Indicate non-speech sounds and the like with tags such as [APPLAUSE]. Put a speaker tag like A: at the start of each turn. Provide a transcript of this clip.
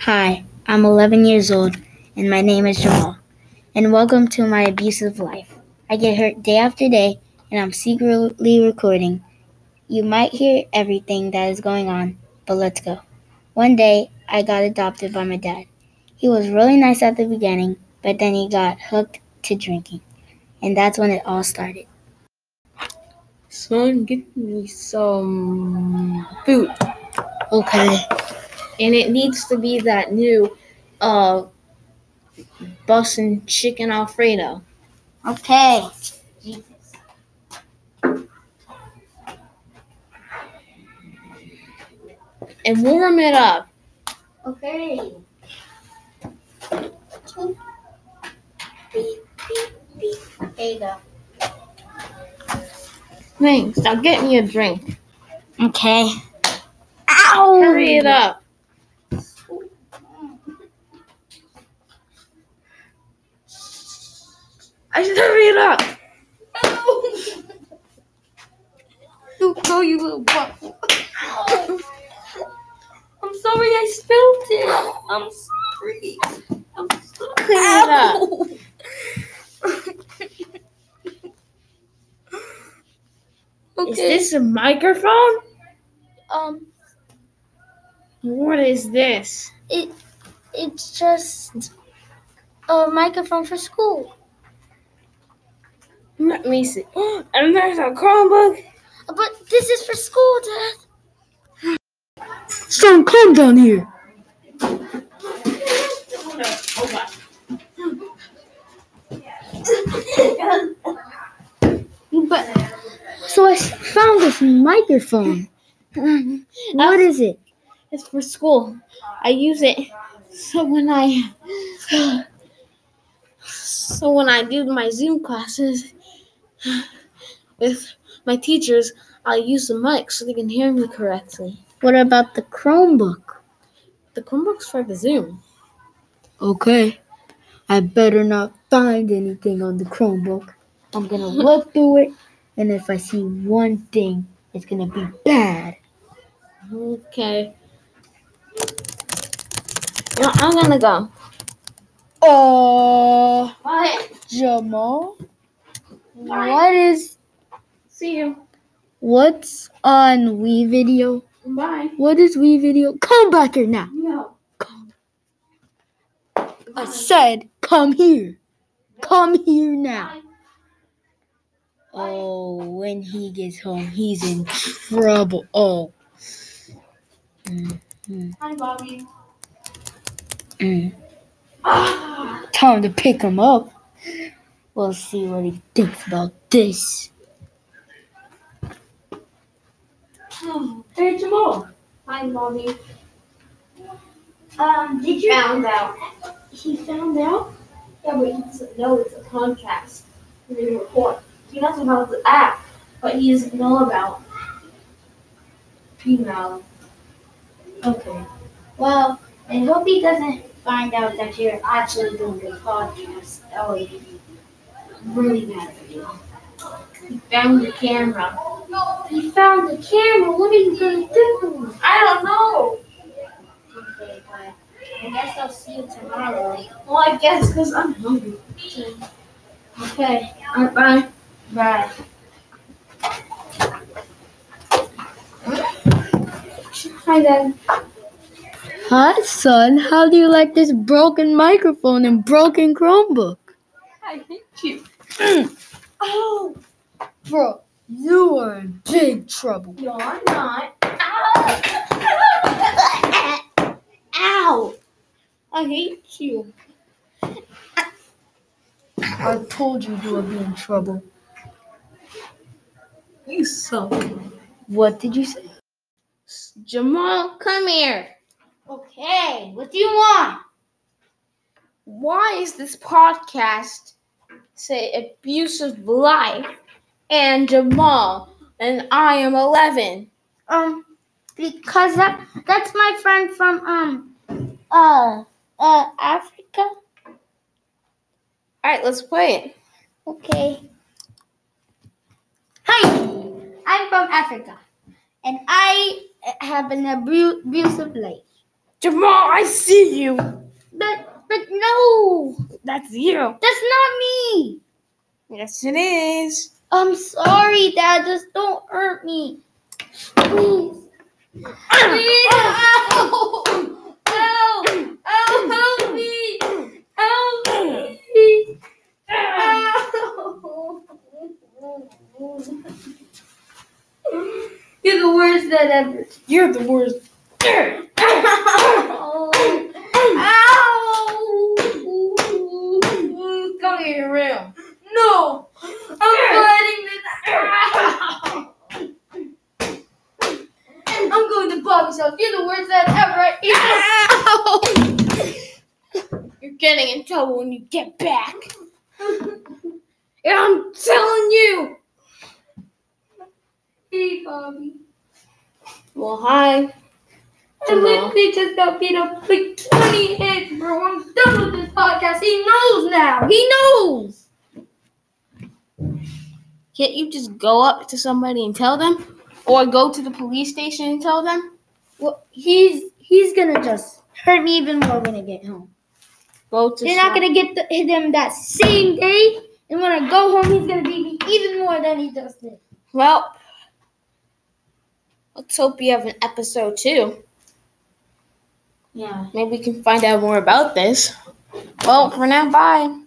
A: Hi, I'm 11 years old, and my name is Jamal. And welcome to my abusive life. I get hurt day after day, and I'm secretly recording. You might hear everything that is going on, but let's go. One day, I got adopted by my dad. He was really nice at the beginning, but then he got hooked to drinking, and that's when it all started.
B: Son, get me some food.
A: Okay.
B: And it needs to be that new uh bussin' chicken alfredo.
A: Okay.
B: And warm it up.
A: Okay. There you go.
B: Thanks. Now get me a drink.
A: Okay. Ow!
B: Hurry it up. I said hurry it up. You go, you little butt.
C: I'm sorry I spilled it. I'm sorry. I'm sorry.
B: Clean it up. Is
C: Okay.
B: this a microphone?
C: um
B: What is this?
C: it it's just a microphone for school.
B: Let me see. [GASPS] And there's a Chromebook.
C: But this is for school, Dad.
B: Son, calm down
C: [LAUGHS]
B: here.
A: But so I found this
B: [LAUGHS]
A: microphone. What is it?
B: It's for school. I use it so when I so when I do my Zoom classes with my teachers, I use the mic so they can hear me correctly.
A: What about the Chromebook?
B: The Chromebook's for the Zoom.
A: Okay. I better not find anything on the Chromebook. I'm gonna look through it, and if I see one thing, it's gonna be bad.
B: Okay. Well, I'm gonna go.
A: Oh,
C: What?
A: Jamal, what is
B: See you.
A: what's on Wii Video?
B: Bye.
A: What is Wii Video? Come back here now.
B: No.
A: I said, come here. Come here now. Oh, when he gets home, he's in trouble. Oh.
C: Hi, Bobby.
A: Mm.
C: Ah.
A: Time to pick him up. We'll see what he thinks about this.
C: [GASPS] Hey, Jamal. Hi, Bobby. Um, did you found out? He found out. Yeah, but he doesn't know it's a podcast. We record. He knows about the app, but he doesn't know about Gmail. Okay. Well, I hope he doesn't find out that you're actually doing a podcast. That would be really bad for you. He found the camera. He found the camera. What are you gonna do? I don't know. Okay, bye. I guess I'll see you tomorrow. Well, I guess because I'm hungry. Okay.
B: Bye.
C: Bye. Hi, Dad.
A: Hi, son. How do you like this broken microphone and broken Chromebook?
C: I hate you.
A: [CLEARS THROAT] Oh, bro, you are in big trouble.
C: You're not. Ow! [LAUGHS] Ow! I hate you.
A: I told you you would be in trouble.
B: You suck.
A: What did you say?
B: Jamal, come here.
C: Okay, what do you want?
B: why is this podcast say abusive life and Jamal and I am 11?
C: Um, because that that's my friend from um uh uh Africa.
B: All right, let's play it.
C: Okay. Hi, I'm from Africa, and I have an abu- abusive life.
D: Jamal, I see you.
C: But but no,
D: That's you.
C: that's not me.
D: Yes, it is.
C: I'm sorry, Dad. Just don't hurt me, please. Please. Ow! Ow! Ow! Help me! Help me! Ow! You're the worst dad ever.
D: You're the worst.
C: Ow! Ow!
D: Go to your room.
C: No! I'm [LAUGHS] fighting this. I'm going to Bobby's house. You're the worst dad ever.
D: You're getting in trouble when you get back. and I'm telling you.
C: Hey, Bobby.
B: Well, hi.
C: I literally just got beat up like 20 hits, bro. I'm done with this podcast. He knows now. He knows.
B: Can't you just go up to somebody and tell them? Or go to the police station and tell them?
A: Well, he's he's gonna just hurt me even more when I get home.
B: Go to
A: They're not
B: some-
A: gonna get the, hit them that same day, and when I go home, he's gonna beat me even more than he just did.
B: Well, let's hope you have an episode two.
C: Yeah.
B: Maybe we can find out more about this. Well, for now, bye.